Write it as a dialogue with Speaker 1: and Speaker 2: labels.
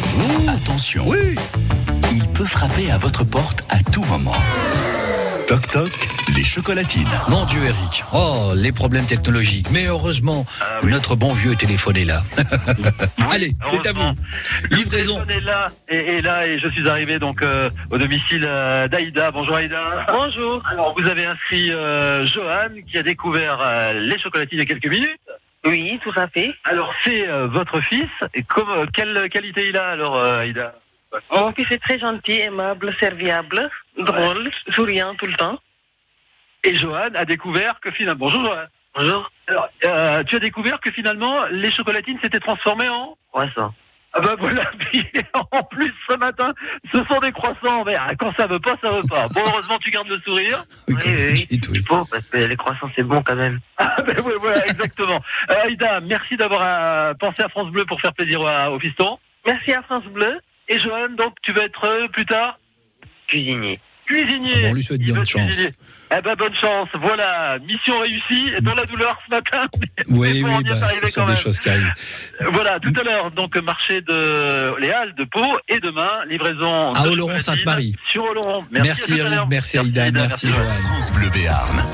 Speaker 1: Mmh. Attention, oui. il peut frapper à votre porte à tout moment. Toc toc, les chocolatines.
Speaker 2: Mon Dieu, Eric. Oh, les problèmes technologiques. Mais heureusement,
Speaker 3: Ah oui.
Speaker 2: notre bon vieux téléphone est là. Allez, c'est à vous.
Speaker 3: heureusement.
Speaker 2: Livraison.
Speaker 3: Personne est là et, et là et je suis arrivé donc euh, au domicile euh, d'Aïda. Bonjour Aïda. Bonjour. Alors vous avez inscrit euh, Johan qui a découvert euh, les chocolatines il y a quelques minutes.
Speaker 4: Oui, tout à fait.
Speaker 3: Alors c'est euh, votre fils. Et comme, euh, quelle qualité il a alors euh, Aïda
Speaker 4: Mon fils est très gentil, aimable, serviable, drôle, souriant tout le temps.
Speaker 3: Et Johan a découvert que finalement. Bonjour Johan. Bonjour. Alors euh, tu as découvert que finalement les chocolatines s'étaient transformées en
Speaker 4: Croissant.
Speaker 3: ah bah voilà, puis en plus ce matin, ce sont des croissants en verre. Quand ça veut pas, ça veut pas. Bon, heureusement tu gardes le sourire.
Speaker 2: Oui, comme
Speaker 4: oui,
Speaker 2: vous
Speaker 4: oui.
Speaker 2: dites, oui.
Speaker 4: Bon, parce que les croissants, c'est bon quand même.
Speaker 3: Ah ben oui, voilà, exactement. Euh, Aïda, merci d'avoir euh, pensé à France Bleu pour faire plaisir à- au piston.
Speaker 4: Merci à France Bleu,
Speaker 3: Et Johan, donc tu vas être euh, plus tard
Speaker 4: cuisinier.
Speaker 3: cuisinier.
Speaker 2: Ah bon, on lui souhaite
Speaker 3: Il
Speaker 2: bonne
Speaker 3: veut
Speaker 2: chance.
Speaker 3: cuisiner. Eh ben bonne chance. Voilà, mission réussie dans la douleur ce matin.
Speaker 2: Oui,
Speaker 3: bon, on
Speaker 2: oui,
Speaker 3: y est
Speaker 2: bah,
Speaker 3: arrivé
Speaker 2: ce sont
Speaker 3: quand
Speaker 2: des
Speaker 3: même.
Speaker 2: choses qui arrivent.
Speaker 3: voilà, tout à l'heure donc marché de les Halles de Pau et demain livraison
Speaker 2: À
Speaker 3: de
Speaker 2: Oloron,
Speaker 3: chocolatine
Speaker 2: Sainte-Marie.
Speaker 3: Sur Oloron.
Speaker 2: Merci,
Speaker 3: à tout à
Speaker 2: Eric.
Speaker 3: l'heure.
Speaker 2: Merci, Aïda. Merci, Johan.
Speaker 1: France Bleu Béarn.